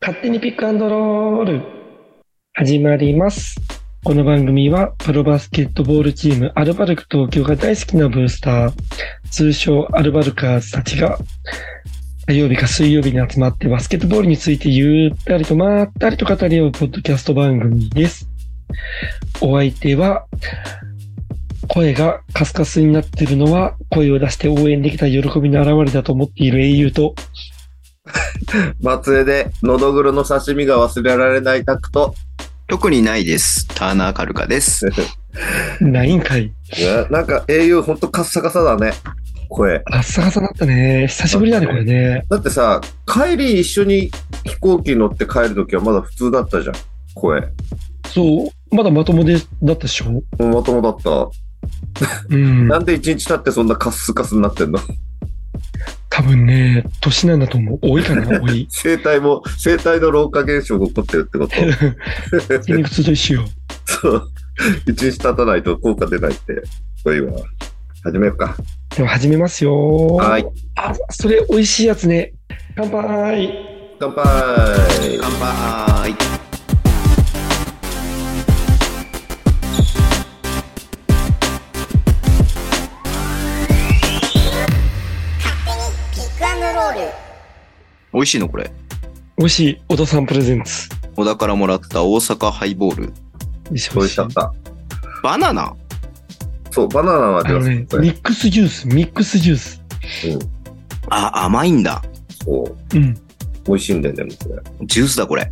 勝手にピックアンドロール始まります。この番組はプロバスケットボールチームアルバルク東京が大好きなブースター、通称アルバルカーズたちが火曜日か水曜日に集まってバスケットボールについてゆったりとまったりと語り合うポッドキャスト番組です。お相手は声がカスカスになってるのは声を出して応援できた喜びの表れだと思っている英雄と松江で、のどぐろの刺身が忘れられないタクト。特にないです。ターナーカル カです。ないんかい。いやなんか英雄ほんとカッサカサだね。声。カッサカサだったね。久しぶりだね、これね。だってさ、帰り一緒に飛行機に乗って帰るときはまだ普通だったじゃん。声。そう。まだまともで、だったでしょまともだった。うん。なんで一日経ってそんなカッスカスになってんの。多分ね、年なんだと思う。多いかな、多い 生体も、生体の老化現象が起こってるってこ筋 肉痛と一緒よ。とそう。一日経たないと効果出ないって。そういうわ。始めようか。では始めますよ。はい。あ、それ美味しいやつね。乾杯。乾杯乾杯ピックアンドロール。美味しいのこれ。美味しい。小田さんプレゼンツ。小田からもらった大阪ハイボール。美味しい。美味しかった。バナナそう、バナナのあ味がのすねる、。これミックスジュース、ミックスジュース。あ、甘いんだ。そう。うん。美味しいんだよね、もうこれ。ジュースだこれ。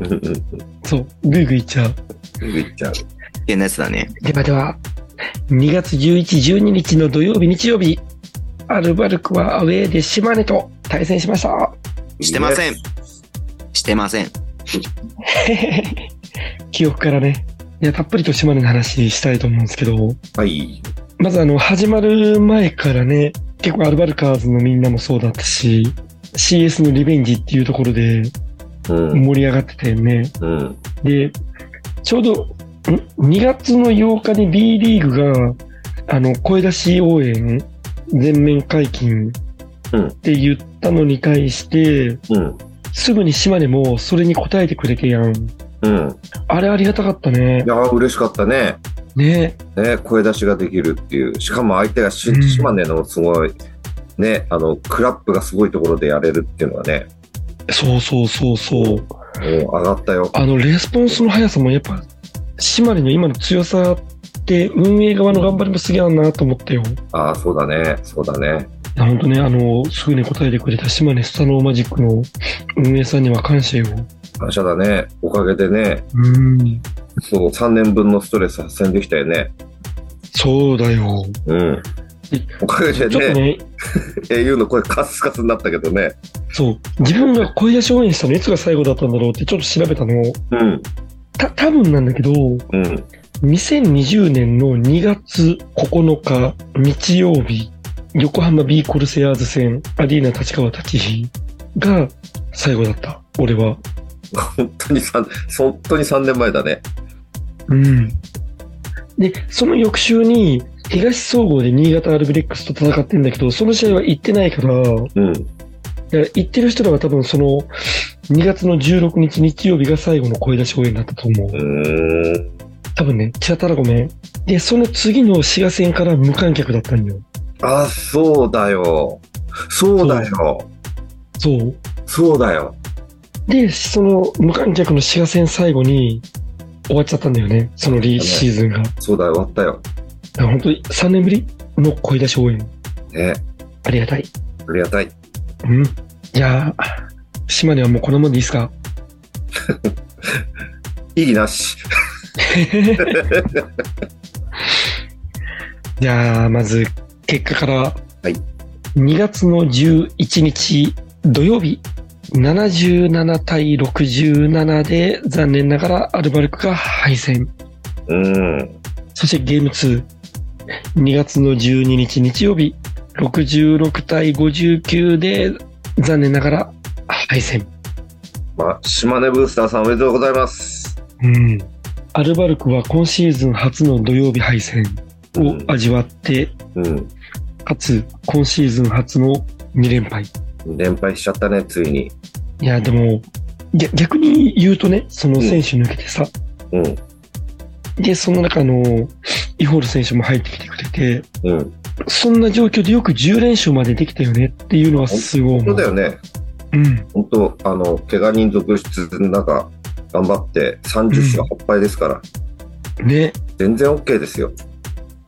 うんうんうん。そう。ぐいぐいいっちゃう。ぐいっちゃう。危険なやつだね。ではでは、2月11、12日の土曜日、日曜日、アルバルクはアウェーで島根と対戦しました。してませんね。してません。へへへ 記憶からね。いや、たっぷりと島根の話したいと思うんですけど、はい。まずあの、始まる前からね、結構アルバルカーズのみんなもそうだったし、CS のリベンジっていうところでうん。盛り上がってたよね。うん。で、ちょうど、ん2月の8日に B リーグが、あの、声出し応援、全面解禁うんって言ったのに対して、うん。すぐに島根もそれに応えてくれてやん。うん。あれありがたかったねい。やー、嬉しかったね。ねね、声出しができるっていう。しかも相手がしうん島根のすごい、ね、あの、クラップがすごいところでやれるっていうのはね、そうそうそうそう。もう上がったよ。あの、レスポンスの速さもやっぱ、島根の今の強さって、運営側の頑張りもすげえあんなと思ったよ。いああ、そうだね。そうだね。や、ほんとね、あの、すぐに答えてくれた島根スタノーマジックの運営さんには感謝よ。感謝だね。おかげでね、うん。そう、3年分のストレス発散できたよね。そうだよ。うん。おかげちょでっとね、ね、 au の声カスカスになったけどね。そう、自分が声出し応援したのいつが最後だったんだろうってちょっと調べたの。うん。た、多分なんだけど、うん。 2020年の2月9日日曜日、横浜 B コルセアーズ戦、アリーナ立川立ち日が最後だった、俺は。本当に三本当に3年前だね。うん。で、その翌週に、東総合で新潟アルビレックスと戦ってんだけど、その試合は行ってないから、だかうん。ら行ってる人らは多分その、2月の16日日曜日が最後の声出し応援だったと思うう。ーん。多分ね、違ったらごめん。で、その次の滋賀戦から無観客だったんよ。あ、そうだよ。そうだよ。そう。そうだよ。で、その無観客の滋賀戦最後に終わっちゃったんだよね、そのリシーズンが。だかそうだよ。終わったよ。ら本当に3年ぶりの声出し応援。ね。ありがたい。ありがたい。うん。じゃあ、島根はもうこんなもんでいいですかいいなし。じゃあ、まず結果から。はい2月の11日土曜日、77対67で残念ながらアルバルクが敗戦。うん。そしてゲーム2。2月の12日日曜日、66対59で残念ながら敗戦。まあ、島根ブースターさんおめでとうございます。うん。アルバルクは今シーズン初の土曜日敗戦を味わって、うん。かつ今シーズン初の2連敗。連敗しちゃったね、ついに。いや、でも、ぎ逆に言うとね、その選手抜けてさ、うん。で、その中の、イホール選手も入ってきてくれて、うん。そんな状況でよく10連勝までできたよねっていうのはすごい思そうう。だよね。うん。本当あの、怪我人続出の中、頑張って30勝8敗ですから、ね、全然 OK ですよ。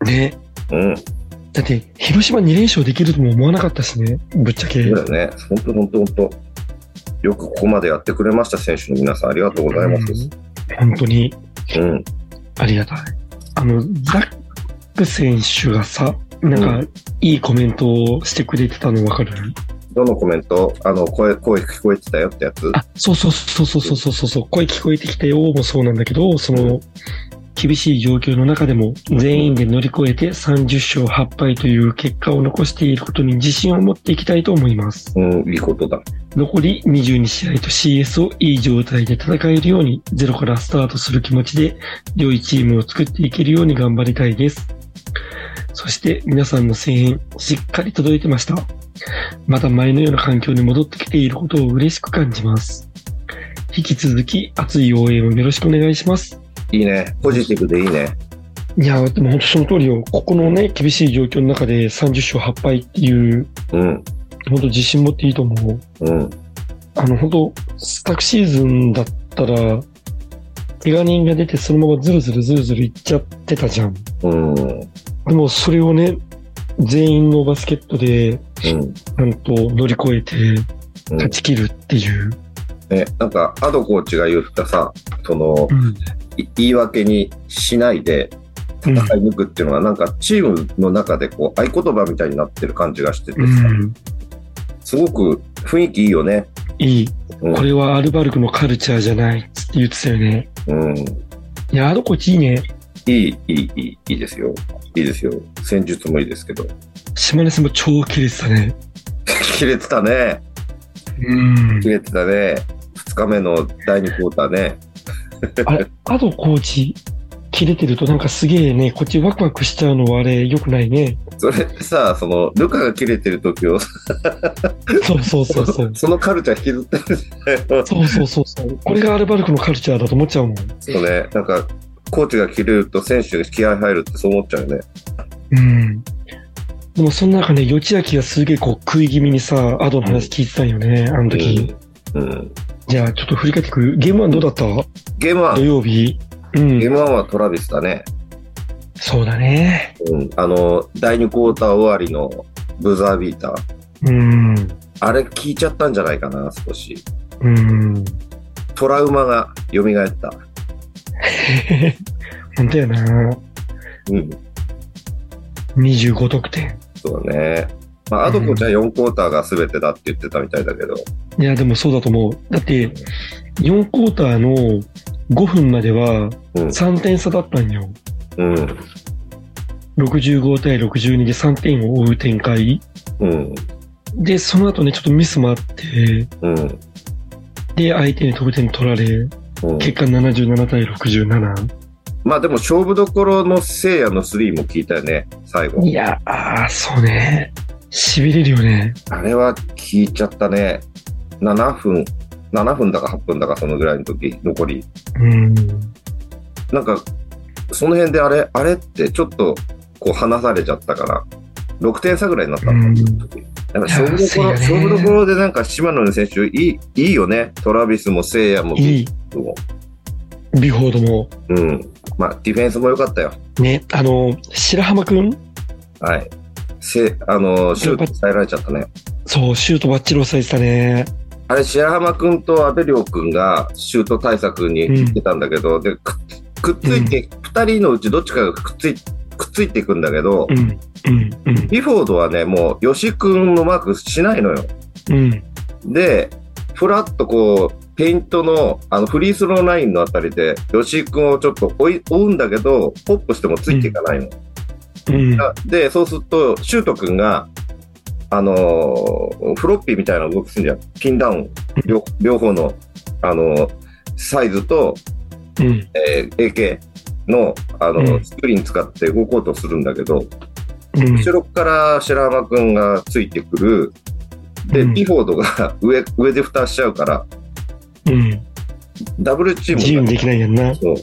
ね。うん。そだって、広島2連勝できるとも思わなかったしね、ぶっちゃけ。うだよね。本当本当本当よくここまでやってくれました、選手の皆さん。ありがとうございます。うん本当にうん。ありがたい。あの、ザック選手がさ、なんか、いいコメントをしてくれてたのわかる、どのコメントあの、声、声聞こえてたよってやつ。あ、そうそうそうそうそうそうそうそう、声聞こえてきたよもそうなんだけど、その、厳しい状況の中でも全員で乗り越えて30勝8敗という結果を残していることに自信を持っていきたいと思います。うん、いいことだ。残り22試合と CS をいい状態で戦えるようにゼロからスタートする気持ちで良いチームを作っていけるように頑張りたいです。そして皆さんの声援しっかり届いてました。また前のような環境に戻ってきていることを嬉しく感じます。引き続き熱い応援をよろしくお願いします。いいね。ポジティブでいいね。いやー、でも本当その通りよ。ここのね、厳しい状況の中で30勝8敗っていう、うん。本当自信持っていいと思う。うん。あの、本当昨シーズンだったら、怪我人が出てそのままズルズルズルズルいっちゃってたじゃん。うん。うん。でもそれをね、全員のバスケットで、なんと乗り越えて、うん勝ち切るっていう。ね、なんか、アドコーチが言ったさ、その、うん。い言い訳にしないでうん。戦い抜くっていうのは、なんかチームの中でこう合言葉みたいになってる感じがしててさ、うん、すごく雰囲気いいよね。いい。うんこれはアルバルクのカルチャーじゃないっつって言ってたよね。うん、いや、あの子いいね。いい、いい、いい、いいですよ。いいですよ。戦術もいいですけど。 島根さんも超キレてたね。切れてたね。うん切。れてたね。2日目の第2クォーターね。あれ、アドコーチ、キレてるとなんかすげえね、こっちワクワクしちゃうのはあれ、良くないね。それってさ、その、ルカが切れてる時を、 そうそうそうそう。そのカルチャー引きずってるんだよ。 そうそうそうそう。これがアルバルクのカルチャーだと思っちゃうもん。そうね。なんか、コーチが切れると選手が気合入るってそう思っちゃうよね。うん。でもその中ね、よちあきがすげえこう食い気味にさ、アドの話聞いてたんよね、あの時。うん。うん、じゃあちょっと振り返ってくる。ゲームワンどうだったゲームは土曜日。うゲーん。ム1はトラビスだね。そうだね。うん。あの、第2クォーター終わりのブザービーター。うん。あれ聞いちゃったんじゃないかな、少し。うん。トラウマが蘇った。本当やな。うん。 25得点。そうだね。まあ、アドコちゃん4クォーターが全てだって言ってたみたいだけど。いや、でもそうだと思う。だって、4クォーターの5分まではうん3点差だったんよ。うん。 65対62で3点を追う展開。うん。で、その後ね、ちょっとミスもあって、うん。で、相手に得点取られ、うん、結果77対67。まあでも勝負どころのせいやの3も聞いたよね、最後。いやー、そうね。痺れるよね。あれは聞いちゃったね。7分、7分だか8分だかそのぐらいの時、残り。うん。なんか、その辺であれ、あれってちょっと、こう離されちゃったから、6点差ぐらいになったんだ、うんなんか勝負どころ、いやそう勝よね負どころでなんか島野選手、いい、いいよね。トラビスも聖夜も、いい。もビフォードも。うん。まあ、ディフェンスも良かったよ。ね、あの、白浜くんはい。せ、あの、シュート伝えられちゃったね。そう、シュートバッチリ抑えてたね。あれ、白浜君と阿部亮君がシュート対策に行ってたんだけど、でくくっついて、二人のうちどっちかがくっついくっついていくんだけど、うん、うん、うん、ビフォードはね、もう吉君のマークしないのよ。うん。で、ふらっとこう、ペイントのあのフリースローラインのあたりで、吉井君をちょっと追い追うんだけど、ポップしてもついていかないの。うん、で、そうすると、シュート君が、あのーフロッピーみたいな動きするんじゃん。ピンダウン、両両方の、あのーサイズと、うん、えー AK の、あのーうんスクリーン使って動こうとするんだけど、うん後。ろから白浜君がついてくる。で、うんビフォードが上、上で蓋しちゃうから、うん。ダブルチーム自由にできないやんな。そう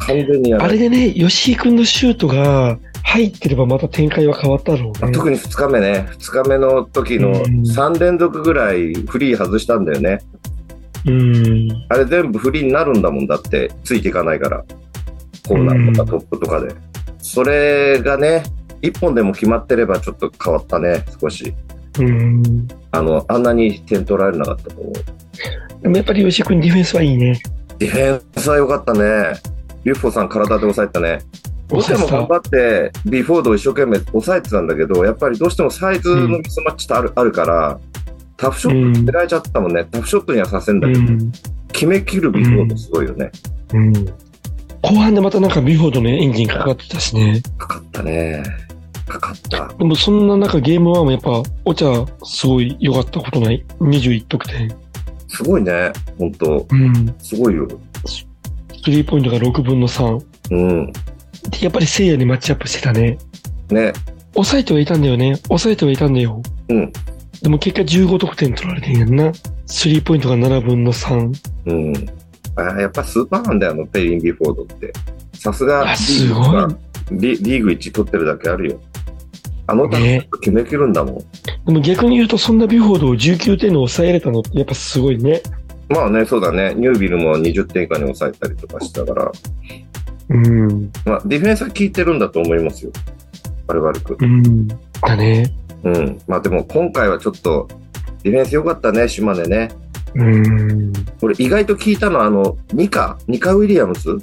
完全にやらあれれるでね、吉井君のシュートが入ってればまた展開は変わったろうね。特に2日目ね、2日目の時のうん3連続ぐらいフリー外したんだよね。うん。あれ全部フリーになるんだもんだって、ついていかないから。コーナーとかトップとかで。それがね、1本でも決まってればちょっと変わったね、少し。うん。あの、あんなに点取られなかったと思う。でもやっぱり吉井君ディフェンスはいいね。ディフェンスは良かったね。ビュッフォさん体で抑えたね。どうしても抑え頑てた張って、ビフォードを一生懸命抑えてたんだけど、やっぱりどうしてもサイズのミスマッチってある,、あるから、タフショット狙られちゃったもんね。タフショットにはさせんだうけど、ん。決めきるビフォードすごいよね。うん。後半でまたなんかビュフォードのエンジンかかってたしね。かかったね。かかった。でもそんな中ゲーム1もやっぱ、お茶すごい良かったことない。21得点。すごいね。本当うん。すごいよ。スリーポイントが6分の3。うん。で、やっぱり聖夜にマッチアップしてたね。ね。抑えてはいたんだよね。抑えてはいたんだよ。うん。でも結果15得点取られてんやんな。スリーポイントが7分の3。うん。あやっぱスーパーマンだよ、あのペリン・ビフォードって。さすがいや、すごい。リリーグ1取ってるだけあるよ。あのタフショット決めきるんだもん。でも逆に言うと、そんなビュフォードを19点の抑えれたのってやっぱすごいね。まあね、そうだね。ニュービルも20点以下に抑えたりとかしたから、うん。まあ、ディフェンスは効いてるんだと思いますよ。バルバルクう。ん。だね。うん。まあでも今回はちょっと、ディフェンス良かったね、島根ね。うん。俺意外と聞いたのは、あの、ニカ、ニカ・ウィリアムズ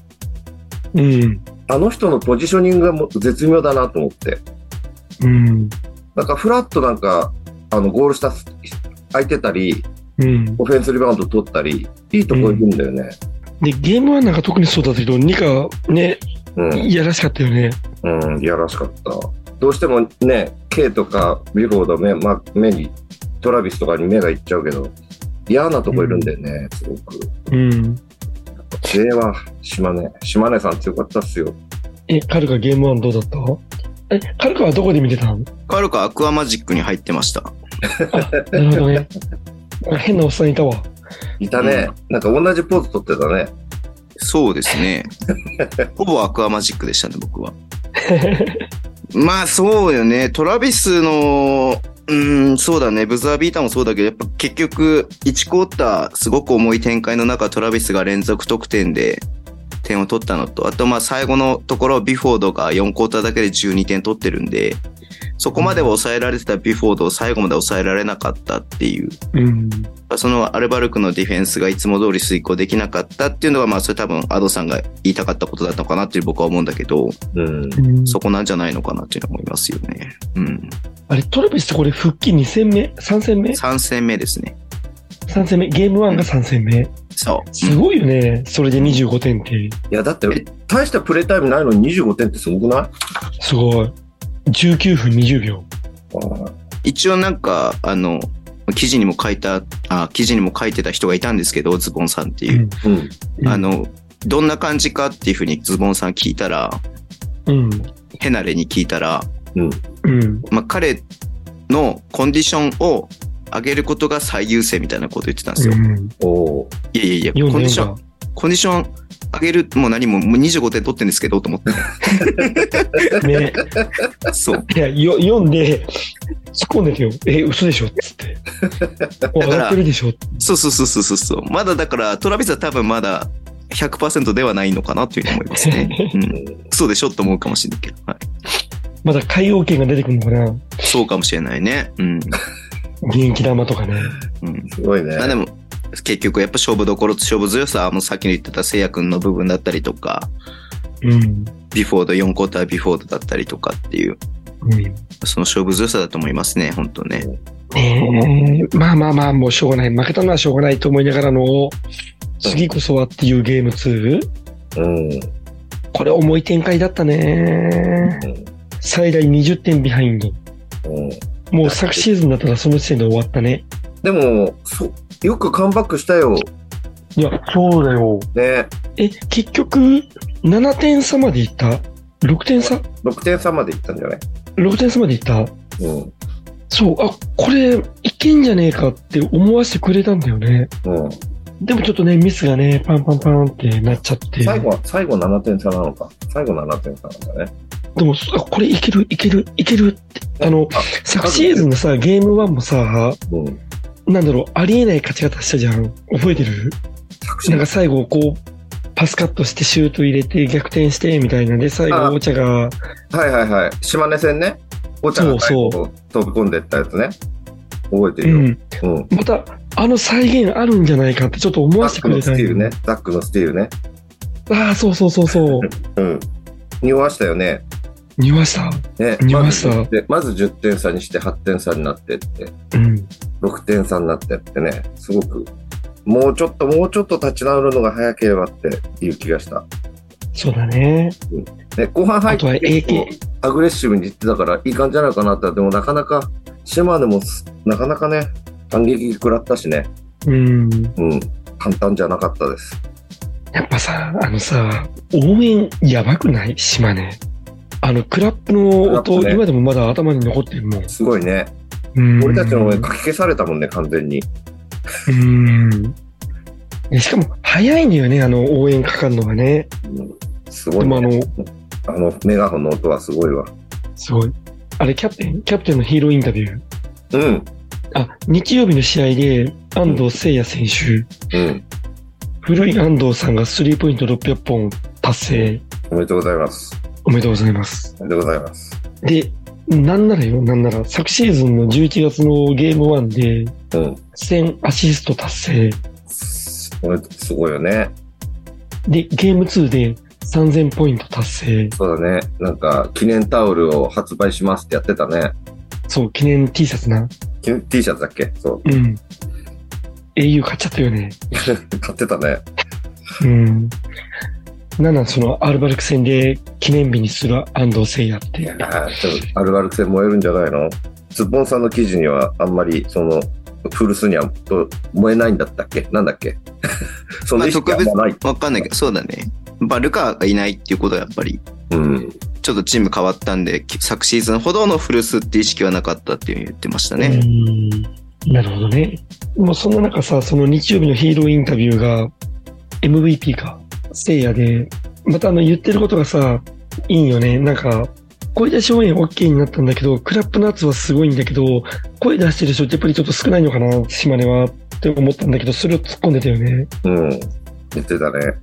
うん。あの人のポジショニングがもう絶妙だなと思って。うん。なんかフラットなんか、あの、ゴール下す空いてたり、うん。オフェンスリバウンド取ったり、いいとこ行くんだよね。で、ゲームはなんか特にそうだったけど、ニカ、ね、うん。いやらしかったよね。うん、いやらしかった。どうしてもね、K とかビフォード目、まあ、目に、トラビスとかに目がいっちゃうけど、嫌なとこいるんだよね、すごく。うん。 J は島根、島根さん強かったっすよ。え、カルカゲーム1どうだったえ、カルカはどこで見てたのカルカアクアマジックに入ってました。なるほどね。あ変なおっさんいたわ。いたね、なんか同じポーズ取ってたね。そうですね。ほぼアクアマジックでしたね、僕は。まあそうよね。トラビスの、うん、そうだね。ブザービーターもそうだけど、やっぱ結局、1クォーター、すごく重い展開の中、トラビスが連続得点で点を取ったのと、あとまあ最後のところ、ビュフォードが4クォーターだけで12点取ってるんで、そこまでは抑えられてたビュフォードを最後まで抑えられなかったっていううん。そのアルバルクのディフェンスがいつも通り遂行できなかったっていうのが、まあそれ多分アドさんが言いたかったことだったのかなっていう僕は思うんだけど、うん。うんそこなんじゃないのかなっていうのは思いますよね。うん。あれ、トラビスってこれ復帰2戦目 ?3 戦目3戦目ですね。 ?3 戦目。ゲーム1が3戦目。そう。すごいよね。それで25点って。いや、だって、大したプレータイムないのに25点ってすごくないあすごい。19分20秒。ー一応なんか、あの、記事にも書いた、あ、記事にも書いてた人がいたんですけど、ズボンさんっていう。うん。うんあ、の、どんな感じかっていうふうにズボンさん聞いたら、うん。ヘナレに聞いたら、うん。まあ彼のコンディションを上げることが最優先みたいなこと言ってたんですよ。うんおーいやいやいや、読コんンデでィショ読んンだ、。コンディション上げる、もう何も、もう25点取ってんですけど、と思って。ね、そう。いや、よ読んで、突っ込んでてよ。え、嘘でしょっつ って。もう上がってるでしょそうそうそうそうそうそう。まだだから、トラビスは多分まだ100%ではないのかなというふうに思いますね。うん。そうでしょと思うかもしれないけど。はい。まだ海洋圏が出てくるのかなそうかもしれないね。うん。元気玉とかね。うん。すごいね。まあでも、結局やっぱ勝負どころと勝負強さは、もうさっきの言ってた聖也くんの部分だったりとか、うん。ビフォード、4クォータービフォードだったりとかっていう、うんその勝負強さだと思いますね、本当ね。ねえまあまあまあ、もうしょうがない。負けたのはしょうがないと思いながらの、次こそはっていうゲーム 2? うん。うんこれ重い展開だったね。最大20点ビハインド。うんもう昨シーズンだったらその時点で終わったね。でもそ、よくカムバックしたよ。いや、そうだよ。ね。え、結局、7点差までいった ?6 点差6点差までいったんじゃない ?6 点差までいったうん。そう、あ、これ、いけんじゃねえかって思わせてくれたんだよね。うん。でもちょっとね、ミスがね、パンパンパンってなっちゃって。最後は、最後7点差なのか。最後7点差なんだね。でも、あこれいける、いける、いけるって。あの、あ昨シーズンのさ、ゲーム1もさ、うん。なんだろう、ありえない勝ち方したじゃん。覚えてる昨シなんーか最後、こう、パスカットしてシュート入れて逆転して、みたいな。で、最あ後、お茶が、ズンはいはいはい。島根戦ね。お茶が最後飛び込んでったやつね。覚えてうるよ。ん。うん。また、あの再現あるんじゃないかってちょっと思ザわせッてくクれのたスんティールねよ。。ザックのスティールね。ああ、そうそうそう そう。うん。匂わしたよね。匂わした。ね。匂わしたまずでまず10点差にして8点差になってって、うん。 6点差になってってね。すごく、もうちょっと、もうちょっと立ち直るのが早ければっていう気がした。そうだね。ね、後半入あってとは結構 AK。アグレッシブにいってたからいい感じじゃないかなって、でもなかなか、島根もすなかなかね、反撃食らったしね、うん。うん、簡単じゃなかったです。やっぱさ、あのさ、応援やばくない島根。あの、クラップのクラッ音、プね今でもまだ頭に残ってるもん。すごいね。うん俺たちの応援かき消されたもんね、完全に。うん。でしかも、早いのよね、あの、応援かかるのがね。うんすでごいも、あね。の、あの、メガホンの音はすごいわ。すごい。あれ、キャプテンキャプテンのヒーローインタビュー。うん、あ、日曜日の試合で、安藤聖也選手、うん。古い安藤さんがスリーポイント600本達成。おめでとうございます。おめでとうございます。おめでとうございます。で、なんならよ、なんなら、昨シーズンの11月のゲーム1で、うん。 1000アシスト達成。すおめですごいよね。で、ゲーム2で3000ポイント達成。そうだね。なんか、記念タオルを発売しますってやってたね。そう、記念 T シャツな。記念 T シャツだっけそう。うん。au 買っちゃったよね。買ってたね。うん。なんなん、その、アルバルク戦で記念日にする安藤聖也っいて。やーちょっとあるある戦燃えるんじゃないのズッポンさんの記事にはあんまりその古巣にはと燃えないんだったっけなんだっけ その意識はあんまない、わかんないけど、そうだね。バルカがいないっていうことはやっぱり、うん、ちょっとチーム変わったんで、き昨シーズンほどの古巣って意識はなかったっていうふうに言ってましたね。うん。なるほどね。もうそんな中さ、その日曜日のヒーローインタビューが、MVP か、せいやで、またあの言ってることがさ、いいよね。なんか、声出し応援 OK になったんだけど、クラップのやつはすごいんだけど、声出してる人ってやっぱりちょっと少ないのかな、島根はって思ったんだけど、それを突っ込んでたよね。うん、言ってたね。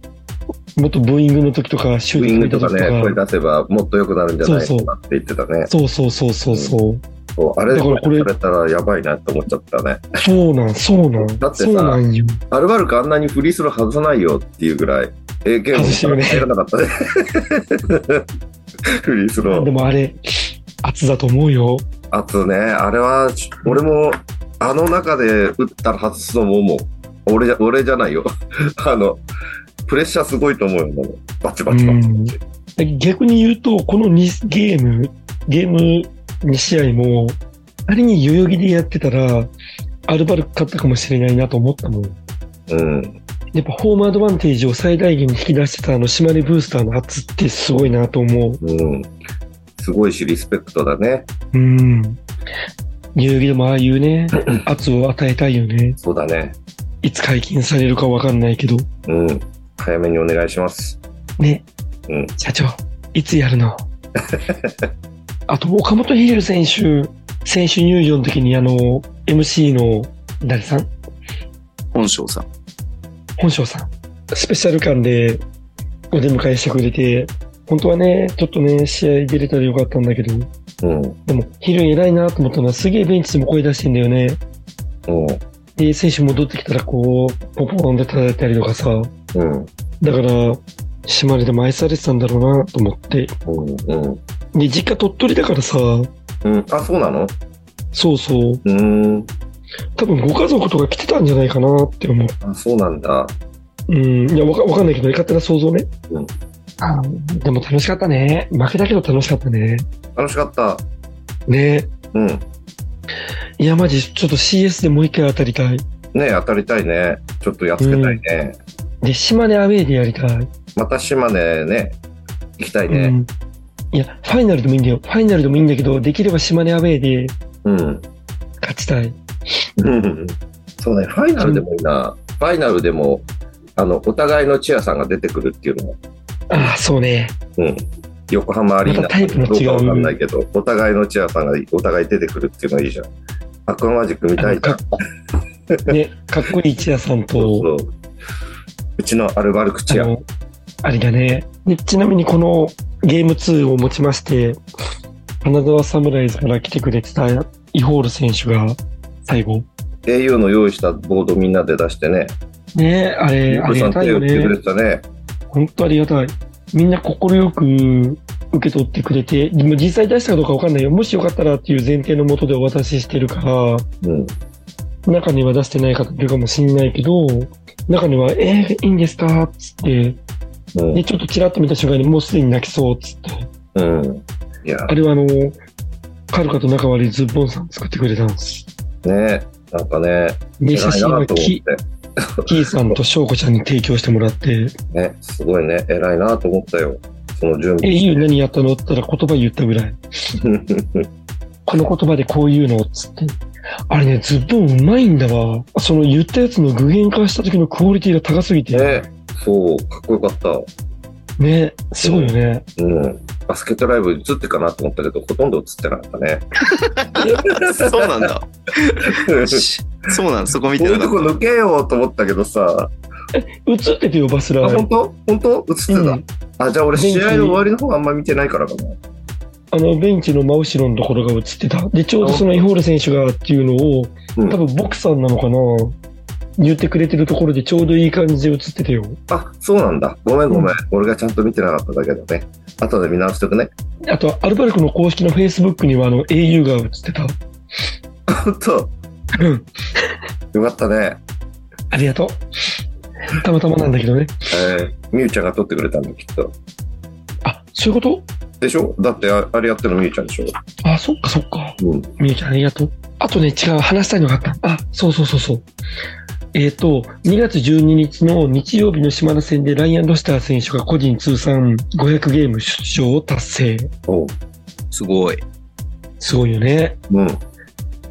もっとブーイングの時とか、シュウーイティンンググのとか時とね、声か。出せばもっと良くなるんじゃないかなって言ってたね。そうそうそうそうそう。そうあれだからこれされたらやばいなって思っちゃったね。そうなん、そうなんだっ。てさそうなんよ。アルバルクあんなにフリースロー外さないよっていうぐらい、AK 外してるもね入らなかったね。 フリースローで。もあれ、圧だと思うよ。あとね、あれは、ち俺も、あの中で打ったら外すのももう、俺じゃ、俺じゃないよ。 あの、プレッシャーすごいと思うよ、もうバチバチバチバチ。逆に言うと、この2ゲーム、ゲーム2試合も、仮に代々木でやってたら、アルバルク勝ったかもしれないなと思ったもん。うん。やっぱホームアドバンテージを最大限に引き出してたあの島根ブースターの圧ってすごいなと思う。うん。すごいし、リスペクトだね。うん。代々木でもああいうね、圧を与えたいよね。そうだね。いつ解禁されるかわかんないけど。うん。早めにお願いします。ね、うん社長、いつやる のあと、岡本ヒール選手、選手入場の時に、あの、MC の、誰さん本性さん。本性さん。スペシャル感でお出迎えしてくれて、本当はね、ちょっとね、試合出れたらよかったんだけど、うん。うん。でも、ヒル偉いなと思ったのは、すげえベンチでも声出してんだよね。で、選手戻ってきたら、こう、ポンポンで叩いたりとかさ、うん。だから、島根でも愛されてたんだろうなと思って。うん。うん。で、実家鳥取だからさ、うん。あ、そうなのそうそう。うーん。多分ご家族とか来てたんじゃないかなって思う。あ、そうなんだ。うん。いや、わかわかんないけど、ね、勝手な想像ね。うんあでも楽しかったね。負けたけど楽しかったね。楽しかった。ねうん。いや、マジ、ちょっと CS でもう一回当たりたい。ね当たりたいね。ちょっとやっつけたいね。で、島根アウェイでやりたい。また島根ね、行きたいうね。ん。いや、ファイナルでもいいんだよ。ファイナルでもいいんだけど、できれば島根アウェイでうん。勝ちたい。そうね、ファイナルでもいいな。フファイナルでも、あの、お互いのチアさんが出てくるっていうのは、ああ、そうね。うん。横浜アリーナまたタイプのどう違うかわかんないけど、お互いのチアさんがお互い出てくるっていうのはいいじゃん。アクアマジックみたいじゃんかね、かっこいいチアさんそうと、そううちのアルバルクあチア。の、あれだね。でちなみにこのゲーム2をもちまして、金沢サムライズから来てくれてたイホール選手が最後。 au の用意したボードみんなで出してね、ねあれ、ゆあうこりさがんたい手をよ振ってくねれ。てたね。本当ありがたい。みんな快く受け取ってくれて、でも実際出したかどうかわかんないよ。もしよかったらっていう前提のもとでお渡ししてるから、うん。中には出してない方いるかもしんないけど、中には、えーいいんですかっつって、うんで、ちょっとちらっと見た瞬間にもうすでに泣きそうっつって。うん。いや、あれはあの、カルカと仲悪いズッポンさん作ってくれたんです。ねなんかね、で、写偉い真なはと思っキて。キーさんと翔子ちゃんに提供してもらって、ね、すごいね、偉いなと思ったよ。その準え、備。いいよ何やったのって言ったら言葉言ったぐらい。この言葉でこういうのをつって。あれね、ズッポンうまいんだわ。その言ったやつの具現化した時のクオリティが高すぎて。ね、そう、かっこよかった。ね、すごいよね。うん。バスケットライブ映ってかなと思ったけど、ほとんど映ってなかったね。そうなんだ。 こしそうなんだそこ見うていなうかとっこた。抜けようと思ったけどさ、映っててよ、バスラあ、イ本。当本当映ってた、うんあ、じゃあ俺電気試合の終わりの方あんま見てないからかな。あの、ベンチの真後ろのところが映ってた。で、ちょうどそのイホール選手がっていうのを、うん多分ボクさんなのかな言ってくれてるところでちょうどいい感じで映ってたよ。あ、そうなんだ。ごめんごめん,、うん俺がちゃんと見てなかっただけだね。後で見直しとくね。 あと、アルバルクの公式の Facebook にはあの、au が映ってた。本当うん。よかったね。ありがとう。たまたまなんだけどね。えー、みゆちゃんが撮ってくれたんだ、きっと。あ、そういうことでしょだってああれやってるのみゆちゃんでしょあ、そっかそっか。うん。みゆちゃん、ありがとう。あとね、違う、話したいのがあった。あ、そうそうそうそう。えっ、と、2月12日の日曜日の島田戦でライアン・ロスター選手が個人通算500ゲーム出場を達成。おう。すごい。すごいよね。うん。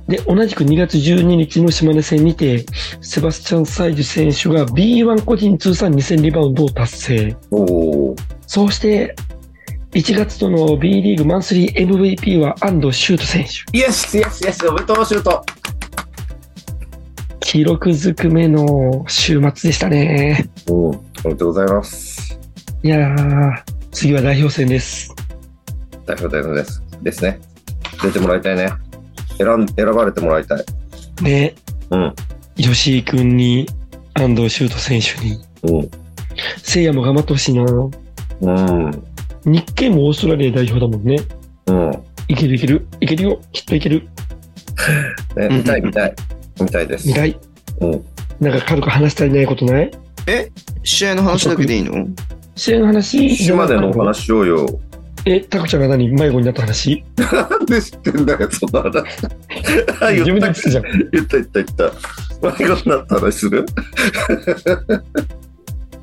で、同じく2月12日の島根戦にて、セバスチャン・サイジュ選手が B1 個人通算2000リバウンドを達成。おお。そして、1月との B リーグマンスリー MVP は安藤修斗選手。イエスイエスイエスおめでとうシュート記録ずくめの週末でしたね。うん。おめでとうございます。いやー、次は代表戦です。代表代表です。ですね。出てもらいたいね。選ん、選ばれてもらいたい。ね、うん。吉井君に、安藤修斗選手に、聖夜も頑張ってほしいな。うん。うん。日系もオーストラリア代表だもんね。うん。いけるいける。いけるよ。きっといける。ね、見たい見たい。見たいです未。来。うん。なんか軽く話したりないことない試合の話だけでいいの試合の話島根のお話しようよ。え、タコちゃんが何迷子になった話なんで知ってんだよ、そんな話。あ 自分言でっ言たってたじゃん。言った言った言った。迷子になった話する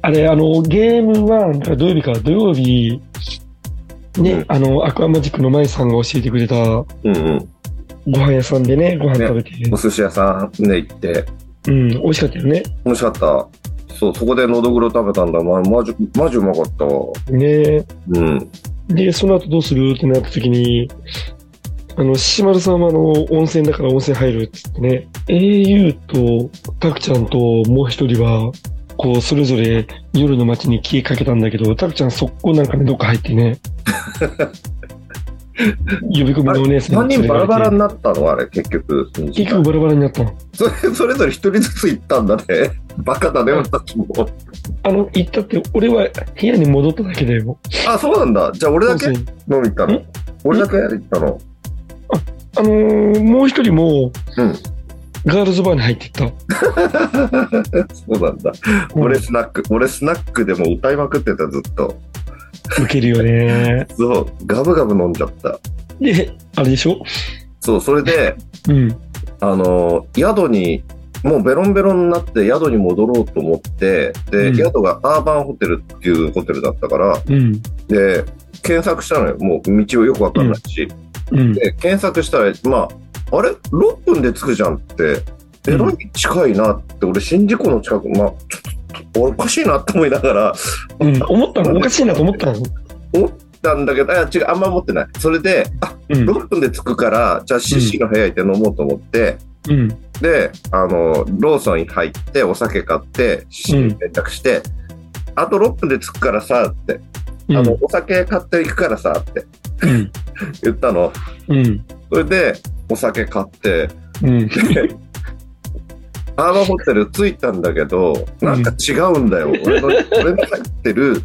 あれ、あの、ゲームは、なんか土曜日か、土曜日、ね、うんあの、アクアマジックの舞さんが教えてくれたごうんうん。飯屋さんでね、ご飯食べて、お寿司屋さんね、行って。うん、美味しかったよね。美味しかった。そう、そこでのどぐろ食べたんだ。まあ、マジ、マジうまかったわ。ねうん。で、その後どうするってなった時に、あの、しまるさんはあの、温泉だから温泉入るって言ってね、au と、たくちゃんともう一人は、こう、それぞれ夜の街に消えかけたんだけど、たくちゃん速攻なんかね、どっか入って ね、呼び込みのお姉さ3んに人連れバられてラバラになったのあれ、結局。結局バラバラになったの。それ、それぞれ一人ずつ行ったんだね。 バカだね、私も。あの、行ったって、俺は部屋に戻っただけだよ。あ、そうなんだ。じゃあ俺だけ温飲泉み行ったのん俺だけ行ったのあのーもう一人も、うんガールズバーに入っていった。そうなんだ。俺スナック、俺スナックでも歌いまくってた、ずっと。受けるよね。そう、ガブガブ飲んじゃった。で、あれでしょそう、それで、うん。あの、宿に、もうベロンベロンになって宿に戻ろうと思って、で、うん宿がアーバンホテルっていうホテルだったから、うん。で、検索したのよ。もう道をよくわかんないし。うん。で、検索したら、まあ、あれ ?6 分で着くじゃんって。えらい近いなって、俺、宍道湖の近く、まあ、ちょっと、俺おかしいなって思いながら、 うん、思ったの、おかしいなと思ったの。思ったんだけど、あ、違う、あんま思ってない。それで、あ、うん。 6分で着くから、じゃあ CC の部屋行って飲もうと思って、うん。で、あの、ローソンに入って、お酒買って、CC に連絡して、あと6分で着くからさ、って、うん。あの、お酒買っていくからさ、ってうん。言ったの。うん。それで、お酒買って、うん。 あのホテル着いたんだけど、なんか違うんだよ。俺の、俺の入ってる、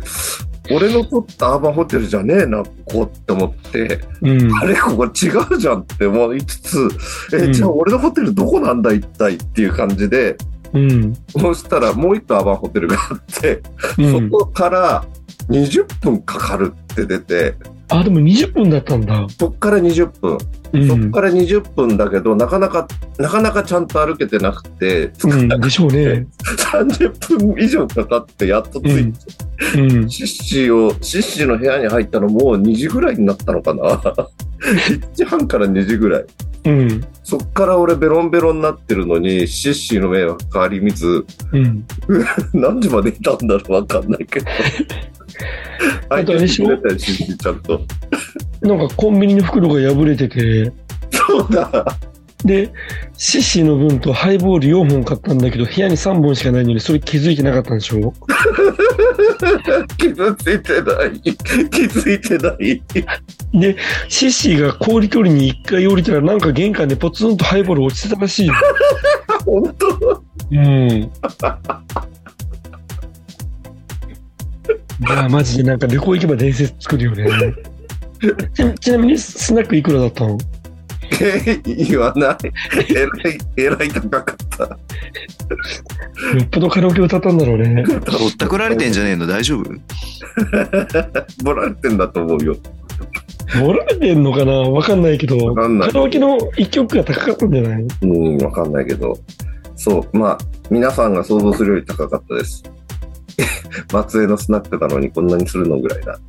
俺の取ったアーバンホテルじゃねえな、ここって思って、うん。あれ、ここ違うじゃんって思いつつ、うえ、んじゃあ俺のホテルどこなんだ一体っていう感じで、うん。そしたらもう一個アーバンホテルがあって、うんそ。こから20分かかるって出て、あ、でも20分だったんだ。そっから20分。うそっん。から20分だけど、なかなか、なかなかちゃんと歩けてなくて、うん、でしょうね。 30分以上かかってやっと着いて、うんうん。シッシーを、シッシーの部屋に入ったのもう2時ぐらいになったのかな ?1 時半から2時ぐらい。うん。そっから俺ベロンベロンになってるのに、シッシーの目は変わり見ず、うん。何時までいたんだろうわかんないけど。あとあれでしょ相手してくれたよ、シッシーちゃんと。なんかコンビニの袋が破れてて、そうだ。で、シッシーの分とハイボール4本買ったんだけど、部屋に3本しかないのに、それ気づいてなかったんでしょ気づいてない。気づいてない。で、シッシーが氷取りに一回降りたら、なんか玄関でポツンとハイボール落ちてたらしいよ。本当 うん。 いや、マジでなんか旅行行けば伝説作るよ ね。ちちなみに、スナックいくらだったのえ言わない。えらい、 えらい高かった。よっぽどカラオケ歌ったんだろうね。ぼったくられてんじゃねえの大丈夫ボラれてんだと思うよ。盛られてんのかなわかんないけど、わかんなカいラオケの一曲が高かったんじゃ ないうん、わかんないけど。そう、まあ、皆さんが想像するより高かったです。 松江のスナックなのにこんなにするのぐらいだ。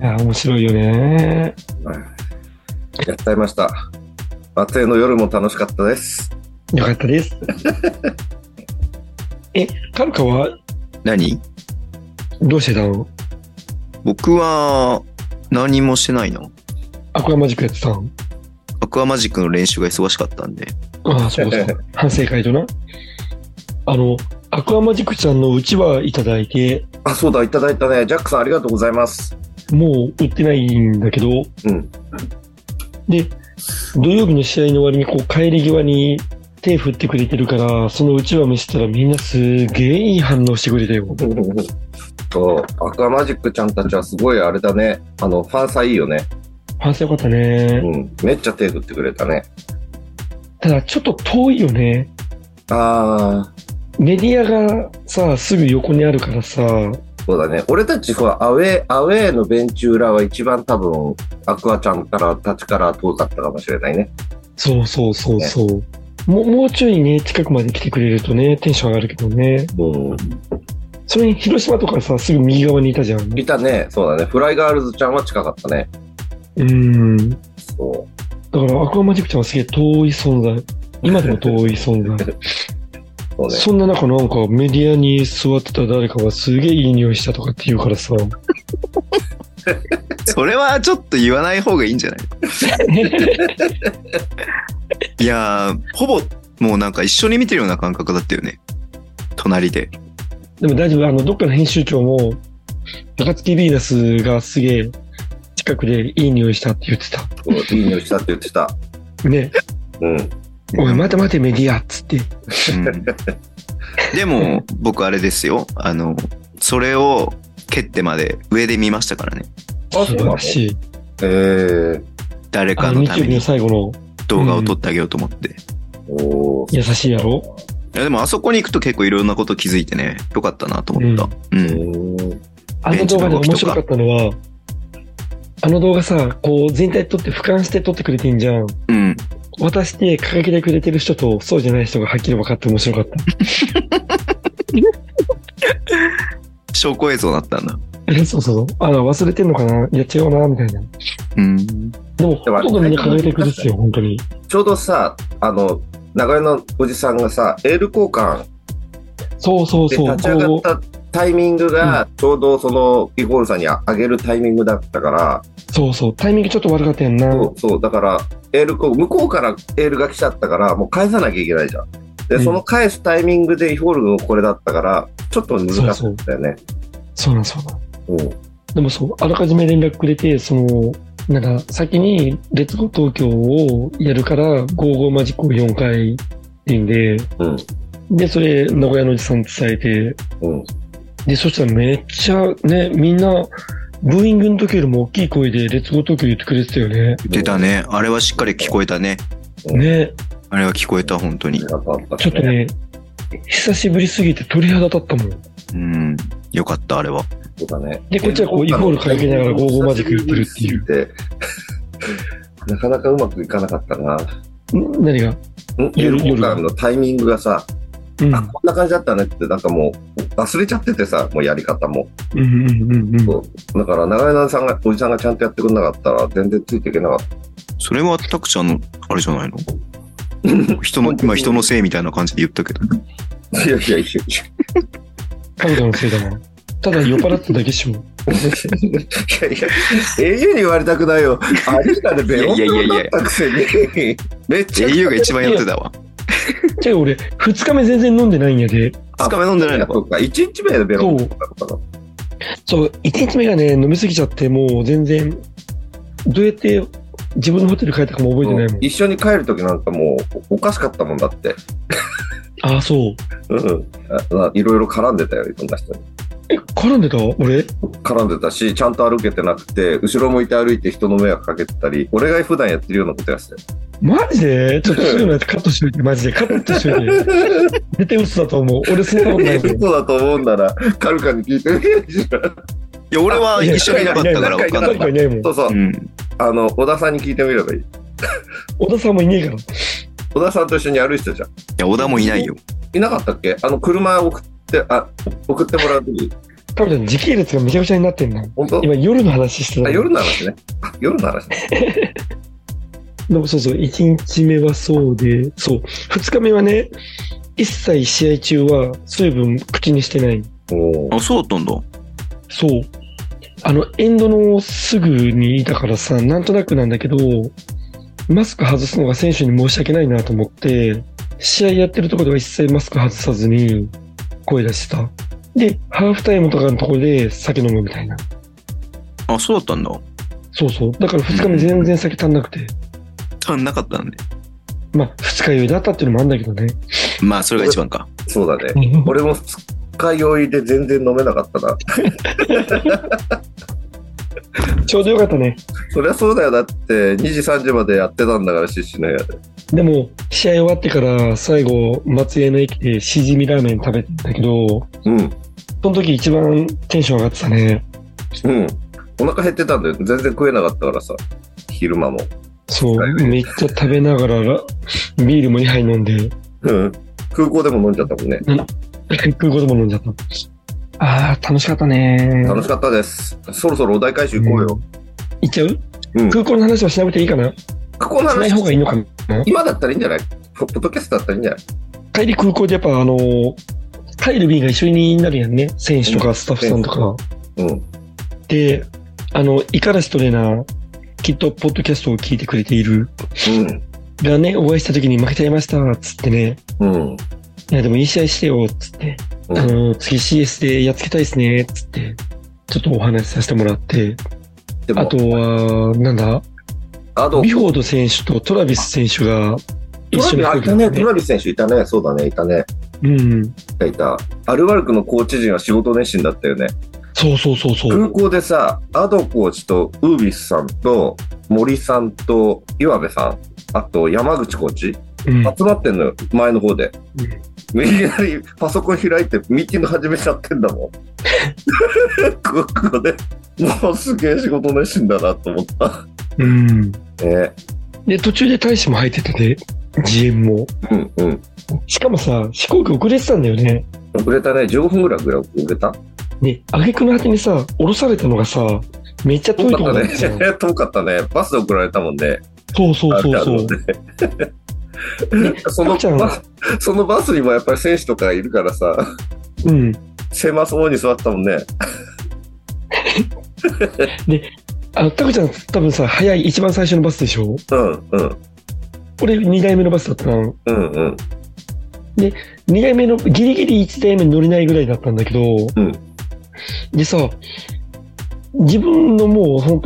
いや、面白いよね。やっちゃいました。松江の夜も楽しかったです。よかった です。え、カルカは何どうしてたの僕は何もしてないのアクアマジックやってたのアクアマジックの練習が忙しかったんで。ああ、そうかそうか。反省会とな。あの、アクアマジックちゃんのうちはいただいて、あ、そうだ、いただいたね。ジャックさんありがとうございます。もう売ってないんだけど、うん。 で、土曜日の試合の終わりにこう帰り際に手振ってくれてるから、そのうちわ見せたらみんなすげえいい反応してくれたよ。そう、アクアマジックちゃんたちはすごいあれだね。あの、ファンサいいよね。反省よかったね。うん。めっちゃ手振ってくれたね。ただちょっと遠いよね。あー、メディアがさ、すぐ横にあるからさ、そうだね。俺たちほら、アウェー、アウェーのベンチ裏は一番多分、アクアちゃんから、たちから遠かったかもしれないね。そうそうそうそう。もうもうちょいね、近くまで来てくれるとね、テンション上がるけどね。うん。それに広島とかさ、すぐ右側にいたじゃん。いたね。そうだね。フライガールズちゃんは近かったね。うん。だそからアクアマジックちゃんはすげえ遠い存在。今でも遠い存在。う。そうね。そんな中なんかメディアに座ってた誰かがすげえいい匂いしたとかって言うからさ。それはちょっと言わない方がいいんじゃないいやー、ほぼもうなんか一緒に見てるような感覚だったよね。隣で。でも大丈夫、あの、どっかの編集長も、高槻ビーナスがすげえ近くでいい匂いしたって言ってた。そういい匂いしたって言ってた。ね、うん。おい、待て待てメディアっつって。うんでも、僕あれですよ。あの、それを蹴ってまで上で見ましたからね。素あ、晴らしい。えー、誰あかの、の日た曜め日のに最後の動画を撮ってあげようと思って。いおー優しいやろやでもあそこに行くと結構いろんなこと気づいてね、よかったなと思った。うん。うんあの動画で面白かったのは、あの動画さ、こう全体撮って俯瞰して撮ってくれてんじゃん。うん。渡して掲げてくれてる人とそうじゃない人がはっきり分かって面白かった。証拠映像だったんだ。 え、そうそうそう。あの、忘れてんのかなやっちゃうな、みたいな。うん。でも、ほとんどみんな輝いてくれてるっすよ、本当に。ちょうどさ、あの、長屋のおじさんがさ、エール交換そうそうでそう。立ち上がったタイミングが、ちょうどその、イホールさんにあげるタイミングだったから、そうそう。タイミングちょっと悪かったやんな。そうそう、だから、エールこう、向こうからエールが来ちゃったから、もう返さなきゃいけないじゃん。で、うんその返すタイミングでイホールのこれだったから、ちょっと難しかったよね。そうなんそうなん。うんでもそう、あらかじめ連絡くれて、その、なんか先にレッツゴー東京をやるから、55マジックを4回っていうんで、うんで、それ、名古屋のおじさんに伝えて、うんで、そしたらめっちゃね、みんな、ブーイングの時よりも大きい声で、レッツゴー東京言ってくれてたよね。出たね。あれはしっかり聞こえたね。ね、あれは聞こえた、本当に。なかったちょっとね、久しぶりすぎて鳥肌立ったもん。うん。よかった、あれは。そうだね。。でこっちはこうイコールかけながら55マジック言ってるっていう なかなかうまくいかなかったな。ん何がん夜夜間のタイミングがさ、うん。あ、こんな感じだったねって、なんかもう忘れちゃっててさ、もうやり方も。うんうんうんうん。そうだから、長柳さんが、おじさんがちゃんとやってくれなかったら、全然ついていけなかった。それはたくちゃんの、あれじゃないの人の、今人のせいみたいな感じで言った けど。いやいやいやいカブトのせいだな。ただ酔っ払っただけっしょ。や。いやいや、au に言われたくないよ。あれだね、ベロンベロンだったくせに。めっちゃ。 au が一番やってたわ。じゃあ俺、二日目全然飲んでないんやで。あ二日目飲んでないのそか。うか、一日目でベロンベロンだったのかそう、一日目がね、飲みすぎちゃって、もう全然、どうやって自分のホテル帰ったかも覚えてないもん。一緒に帰るときなんかもうおかしかったもんだって。ああ、そう。うん。あいろいろ絡んでたよ、いろんな人に。え、絡んでた俺絡んでたし、ちゃんと歩けてなくて、後ろ向いて歩いて人の迷惑かけてたり、俺が普段やってるようなことやってたよ。マジでちょっとすぐのやつカットしといて、マジで。カットしと いて。絶対嘘だと思う。俺そんなことないも嘘ん。だと思うんなら、カルカに聞いて みるじゃんいや、俺は 一緒にいなかったからいやわいやかいやんな誰い。かいないもんそ。うそうう、ん。あの、小田さんに聞いてみればいい。小田さんもいねえから。小田さんと一緒に歩いてたじゃん。いや、小田もいないよ。いなかったっけあの、車送って、あ、送ってもらうとき、カブトの時系列がめちゃくちゃになってんな。本当今夜の話してたあ、の夜の話ね。あ夜の 話ね。でもそうそう、1日目はそうで、そう、2日目はね、一切試合中は水分口にしてない。おーあ、そうだったんだ。そう。あの、エンドのすぐにいたからさ、なんとなくなんだけど、マスク外すのが選手に申し訳ないなと思って、試合やってるところでは一切マスク外さずに声出してた。で、ハーフタイムとかのところで酒飲むみたいな。あ、そうだったんだ。そうそう。だから2日目全然酒足んなくて。足んなかったんで。まあ、二日酔いだったっていうのもあるんだけどね。まあ、それが一番か。そうだね。俺も二日酔いで全然飲めなかったな。ちょうどよかったね。そりゃそうだよ。だって、2時3時までやってたんだから、出身の部屋で。でも、試合終わってから最後、松江の駅でしじみラーメン食べてんだけど、うん。その時一番テンション上がってたね。うん。お腹減ってたんだよ。全然食えなかったからさ。昼間も。そう、はいめっちゃ食べながらラ、ビールも2杯飲んで、 うん。空港でも飲んじゃったもんね。食うことも飲んじゃった。あー、楽しかったね。楽しかったです。そろそろお題回収行こうよ。行っちゃう、うん空港の話はしなくていいかなし空港のない方がいい話、のかな今だったらいいんじゃないポッドキャストだったらいいんじゃな帰いり空港でやっぱあのー帰る便が一緒になるやんね。選手とかスタッフさんとか。うん。で、あの、五十嵐トレーナー、きっとポッドキャストを聞いてくれているがね、お会いした時に負けちゃいました、つってね。うん。うん。いや、でもいい試合してよ、つって。うんあの、次 CS でやっつけたいですね、つって。ちょっとお話しさせてもらって。であもと、は、なんだあとビ、フォード選手とトラビス選手がト一緒にラビ来あいたるね。ねトラビス選手いたね。そうだね。いたね。うん。いたいた。アルバルクのコーチ陣は仕事熱心だったよね。そうそうそうそう。空港でさ、アドコーチとウービスさんと森さんと岩部さん、あと山口コーチ、うん。集まってんのよ、前の方で。いきなりパソコン開いてミーティング始めちゃってんだもん。 空港で、もうすげえ仕事熱心だなと思った。うん。ね、で、途中で大使も入ってたで、GM も。うんうん。しかもさ、飛行機遅れてたんだよね。遅れたね、15分ぐらいぐらい遅れたね、挙句の果てにさ、降ろされたのがさ、めっちゃ遠い遠とかこっただったじゃん。ね。遠かったね。バスで送られたもんね。そうそうそうそうあ。れあのねそのちゃんバそのバスにもやっぱり選手とかいるからさ、うん。狭そうに座ってたもんね。あの、タクちゃん、多分さ、早い一番最初のバスでしょうんうん俺、二台目のバスだったの。うんうん二台目の、ギリギリ一台目に乗れないぐらいだったんだけど、うんでさ、自分のもう、本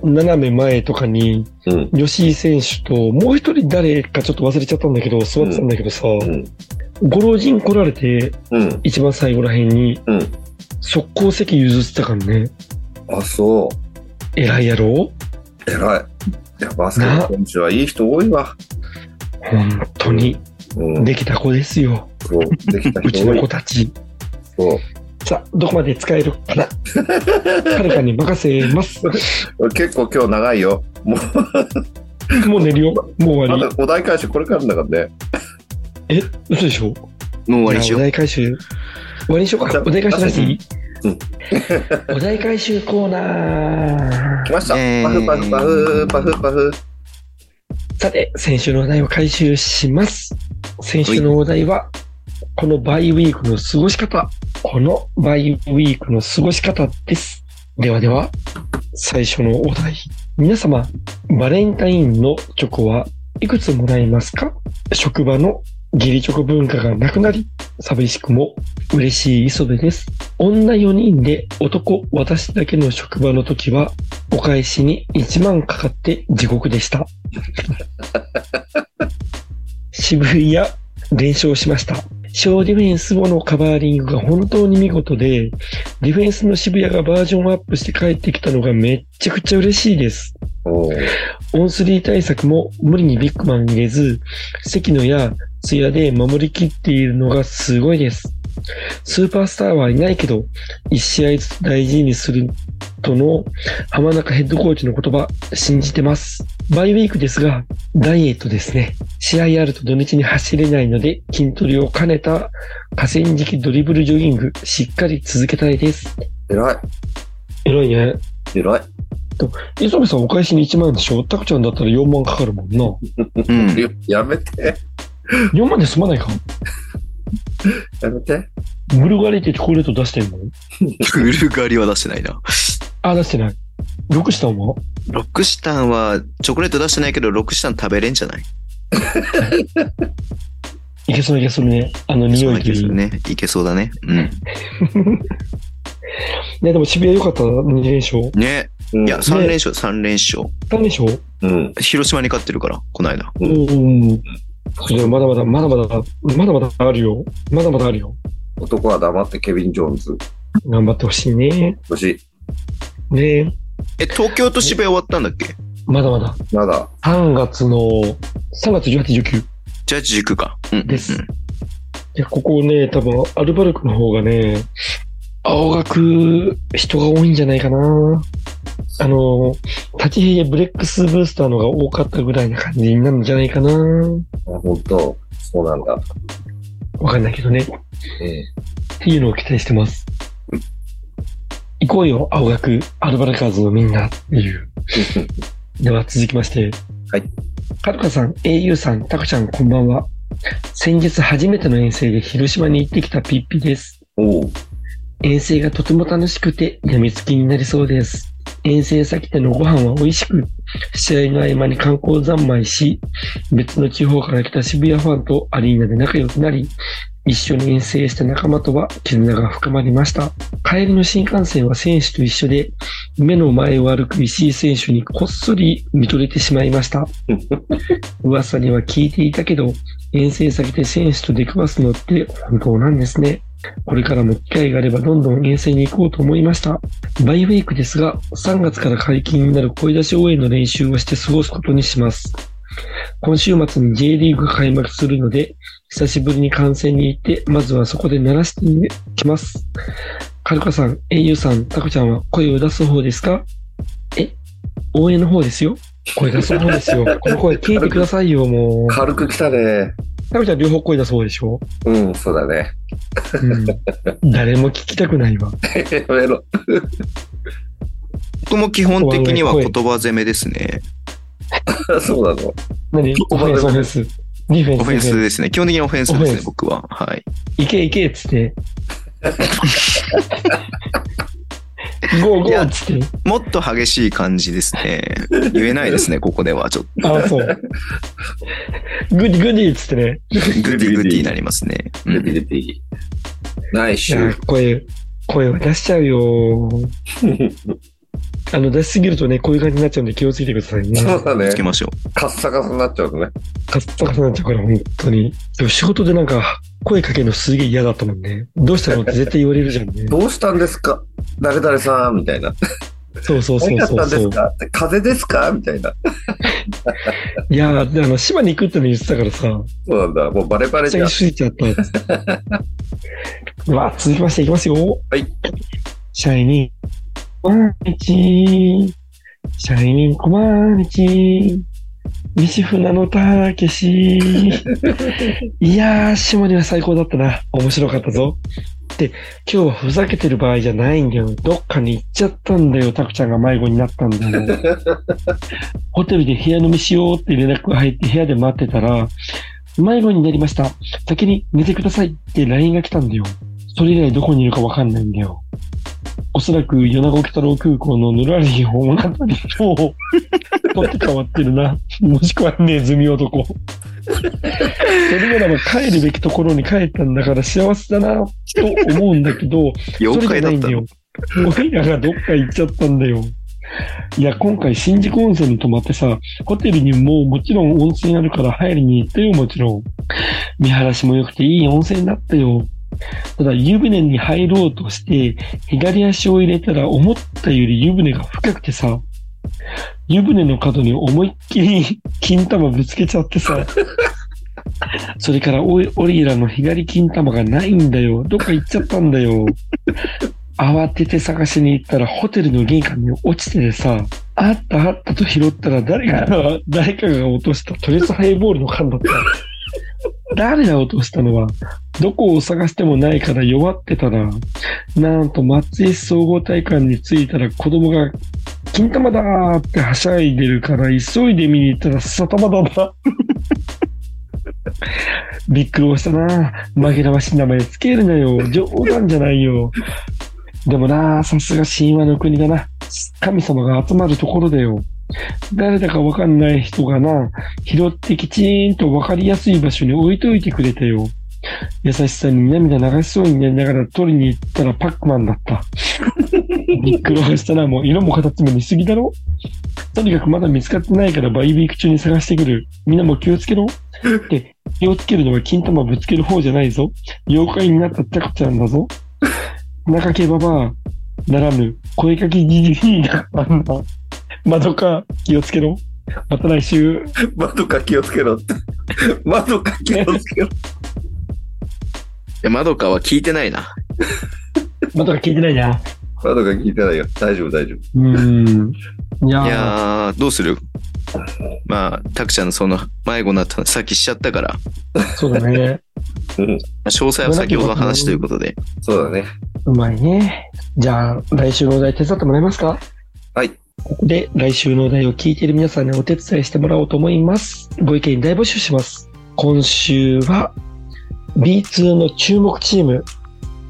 当斜め前とかに、うん吉井選手と、もう一人誰かちょっと忘れちゃったんだけど、座ってたんだけどさ、うんご老人来られて、うん一番最後らへんに、うん。速攻席譲ってたからね。あ、そ偉いやろう。偉い。いや、バスケの選手はいい人多いわ。本当に。うん。できた子ですよ。そう。できたうち人多の子い。たち。そう。さあ、どこまで使えるか な。はるかに任せます。俺結構今日長いよ。もう、もう寝るよ。もう終まわだお題返しこれからだからね。り。え、嘘でしょもう終わりにしじゃあおよう。題回収。終わりにしようじかゃ。あお題回収なしでいいうんお題回収コーナ来ー。ました。えーパフパフパフ、パフパフ。さて、先週のお題を回収します。先週のお題は、このバイウィークの過ごし方。このバイウィークの過ごし方です。ではでは、最初のお題。皆様、バレンタインのチョコはいくつもらえますか職場の義理チョコ文化がなくなり、寂しくも嬉しい磯部です。女4人で男私だけの職場の時は、お返しに1万かかって地獄でした。渋谷連勝しました。小ディフェンス後のカバーリングが本当に見事で、ディフェンスの渋谷がバージョンアップして帰ってきたのがめっちゃくちゃ嬉しいです。おーオンスリー対策も無理にビッグマン入れず、関野や津屋で守りきっているのがすごいです。スーパースターはいないけど、一試合ずつ大事にするとの浜中ヘッドコーチの言葉、信じてます。バイウィークですが、ダイエットですね。試合あると土日に走れないので、筋トレを兼ねた河川敷ドリブルジョギング、しっかり続けたいです。偉い。偉いね。偉い。磯部さんお返しに1万でしょタクちゃんだったら4万かかるもんな。うん。ややめて。 4万で済まないか。やめて。ブルガリってチョコレート出してんのブルガリは出してないな。あ、出してない。よくしたんはロックシタンは、チョコレート出してないけど、ロックシタン食べれんじゃないいけそういけそうね。あのそ匂ういなと気がいすい。るね、ね。いけそうだね。うでも渋谷良かったな、2連勝。ん。ね。うんいや、3連勝、3連勝。 3連勝うん。広島に勝ってるから、この間。ううん。いやまだまだ、まだまだ、まだまだあるよ。まだまだあるよ。男は黙ってケビン・ジョーンズ。頑張ってほしいね。欲しい。ねええ、東京と渋谷終わったんだっけまだまだ。まだ。 3月の、3月18、19。いジャッジ行くか。うんうん。ですや、ここね、多分、アルバルクの方がね、青学、人が多いんじゃないかな。あの、立ち平やブレックスブースターのが多かったぐらいな感じになるんじゃないかな。あ、本当。そうなんだ。わかんないけどね。っえ ていうのを期待してます。行こうよ、青学、アルバルカーズのみんなっていう。では続きまして。はい。はるかさん、au さん、たくちゃん、こんばんは。先日初めての遠征で広島に行ってきたピッピです。おう。遠征がとても楽しくて病みつきになりそうです。遠征先でのご飯は美味しく、試合の合間に観光三昧し、別の地方から来た渋谷ファンとアリーナで仲良くなり、一緒に遠征した仲間とは絆が深まりました。帰りの新幹線は選手と一緒で、目の前を歩く石井選手にこっそり見とれてしまいました。噂には聞いていたけど、遠征先で選手と出くわすのって本当なんですね。これからも機会があればどんどん遠征に行こうと思いました。バイウェイクですが、3月から解禁になる声出し応援の練習をして過ごすことにします。今週末に J リーグが開幕するので、久しぶりに観戦に行って、まずはそこで鳴らしてきます。カルカさん、英雄さん、タコちゃんは声を出す方ですかえ応援の方ですよ。声出す方ですよ。この声聞いてくださいよ、もう。軽く来たね。タコちゃん両方声出す方でしょうん、そうだね。うん、誰も聞きたくない わ。やめろ。 僕も基本的には言葉攻めですね。そうなの。何オフェンス、オフェンス。ディフェンス、オフェンスディですね。基本的にオフェンスオでフすェンね、ス僕は。はい。いけいけっつ って。ゴーゴーいやっつって。もっと激しい感じですね。 言えないですね、ここでは。ちょっと。あ、そう。グディグディっつってね。グディグディになりますね。うんレピレピ。ナイいス。や、声、声は出しちゃうよ。 あの、出しすぎるとね、こういう感じになっちゃうんで気をつけてくださいね。そうだねつ。けましょカッサカサになっちゃうとね。カッサカサになっちゃうから、本当に。でも仕事でなんか、声かけるのすげえ嫌だったもんね。どうしたのって絶対言われるじゃんね。 どうしたんですか誰々さんみたいな。そうそうそう何やっそたうんでそすう。か風邪ですかみたいな。いやー、であの、島に行くっての言ってたからさ、そうなんだ。もうバレバレちじゃゃんぎ。すぎちゃったっつって。う わ、続きましていきますよ。はい。シャイニー、こまみち。シャイニー、こまみち。西船のたけし。 いやー、島には最高だったな。面白かったぞ。で、今日はふざけてる場合じゃないんだよ。どっかに行っちゃったんだよ。タクちゃんが迷子になったんだよ。 ホテルで部屋飲みしようって連絡が入って部屋で待ってたら、迷子になりました。先に寝てくださいって LINE が来たんだよ。それ以来どこにいるかわかんないんだよ。おそらく米子鬼太郎空港のぬらりひ物語にも 取って変わってるな。もしくはネズミ男。それならば帰るべきところに帰ったんだから幸せだなと思うんだけど、う。妖怪だったの。 俺らがどっか行っちゃったんだよ。いや、今回、新宿温泉に泊まってさ、ホテルにももちろん温泉あるから入りに行ったよ、もちろん。見晴らしも良くていい温泉だったよ。ただ、湯船に入ろうとして、左足を入れたら思ったより湯船が深くてさ、湯船の角に思いっきり 金玉ぶつけちゃってさ、それからおいオリラの左金玉がないんだよ。どっか行っちゃったんだよ。慌てて探しに行ったらホテルの玄関に落ちててさ、あったあったと拾ったら誰かが、誰かが落としたトレスハイボールの缶だった。 誰が落としたのは、どこを探してもないから弱ってたら、なんと松江総合体育館に着いたら子供が、金玉だーってはしゃいでるから急いで見に行ったら笹玉だった。 びっくりをしたな。紛らわしい名前つけるなよ。冗談じゃないよ。でもなあ、さすが神話の国だな。神様が集まるところだよ。誰だかわかんない人がな、拾ってきちんとわかりやすい場所に置いといてくれたよ。優しさに涙流しそうになりながら取りに行ったらパックマンだった。びっくりはしたな、もう色も形も似すぎだろ。とにかくまだ見つかってないからバイビーク中に探してくる。みんなも気をつけろ。で、気をつけるのは金玉ぶつける方じゃないぞ。妖怪になったタコちゃんだぞ。中けばばあならぬ声かけギリがあんな。窓か気をつけろ。また来週。窓か気をつけろって。 窓か気をつけろ。えまどかは聞いてないな。窓か聞いてないな。窓か聞いてないよ。大丈夫、大丈うーん。いやいーやー、どうするまあ、たくちゃんのその迷子になったのさっきしちゃったから、まそうだね。夫。うん。あ詳細は先ほどの話ということで。そうだね。うまいね。じゃあ、来週のお題手伝ってもらえますかはい。ここで来週のお題を聞いている皆さんにお手伝いしてもらおうと思います。ご意見大募集します。今週は B2 の注目チーム、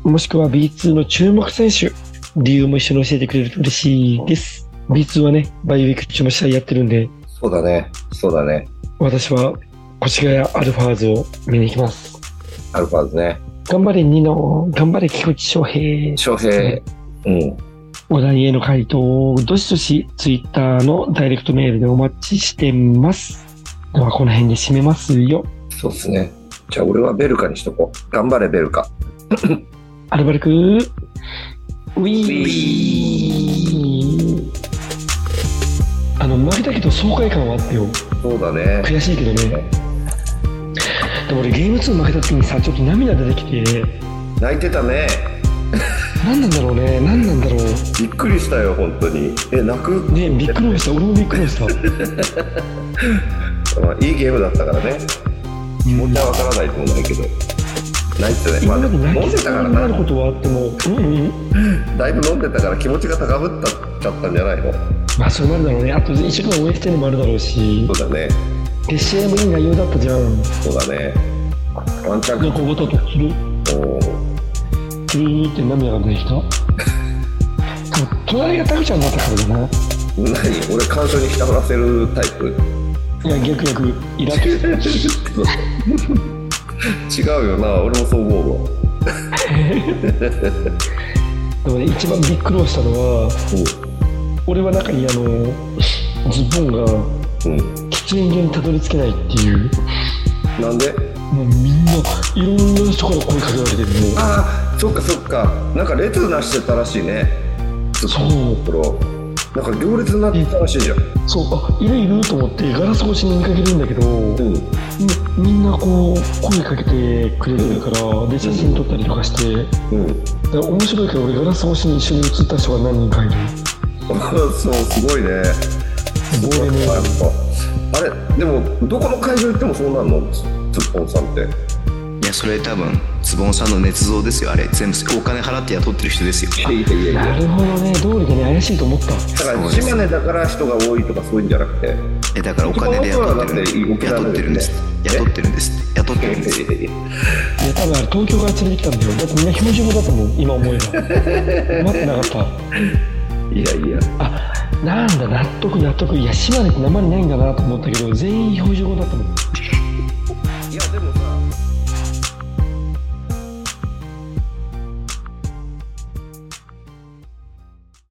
もしくは B2 の注目選手、理由も一緒に教えてくれると嬉しいです。B2 はね、バイウィーク中も試合やってるんで、そうだね。そうだね。私は越谷アルファーズを見に行きます。アルファーズね。頑張れニノ、頑張れ菊池翔平。翔平。うん。お題への回答をどしどしツイッターのダイレクトメールでお待ちしてます。ではこの辺で締めますよ。そうですね。じゃあ俺はベルカにしとこう。頑張れ、ベルカ。アルバルクウィーあの負けたけど爽快感はあってよそうだね。悔しいけどねでも俺ゲーム2負けた時にさちょっと涙出てきて泣いてたね。何なんだろうね何なんだろうびっくりしたよ、本当に。え、泣く、ねびっくりもした俺もびっ くりもしたまあ、いいゲームだったからね。うんもちはわからないでもないけど。ないっすよね。ま今あまででも泣飲んきでたそうからにななる。ことはあっても、うんうん、だいぶ飲んでたから気持ちが高ぶったっちゃったんじゃないのまあそれもあるだろうね。あと一生懸命応援してるのもあるだろうし、そうだね。で試合もいい内容だったじゃん。そうだね。ワンチャンなんかごととキリおーキリって涙が出てきた。でも隣がタクちゃんだったからだな。何俺、感傷に浸らせるタイプ。いや逆逆 イラク。違うよな、俺もそう思うわ。でもね一番びっくりしたのは、俺は中にあのズボンがうん。喫煙所にたどり着けないっていう。なんでもうみんないろんな人から声かけられてるもうああ、そっかそっか。なんか列なしてたらしいね。そうところ。なんか行列になってたらしいじゃん。そうあいるいると思ってガラス越しに見かけるんだけどみうん。みんなこう声かけてくれてるからで写真撮ったりとかしてうん。だから面白いけど俺ガラス越しに一緒に写った人が何人かいるそう、すごいね。すごいねやっぱ。あれ、でも、どこの会場行ってもそうなんのツッポンさんって。いやそれ多分ズボンさんの捏造ですよあれ全部お金払って雇ってる人ですよいやいやいや。なるほどね道理でね怪しいと思っただから、島根だから人が多いとかそういうんじゃなくて。えだからお金で雇ってるんでズボンさんはだ雇っっててるんですえ雇ってるんです雇ってるんですいや多分あれ東京から連れてきたんだよだってみんな標準語だと思う今思えば待ってなかったいやいや。あなんだ納得納得いや島根ってなまりないんだなと思ったけど全員標準語だと思う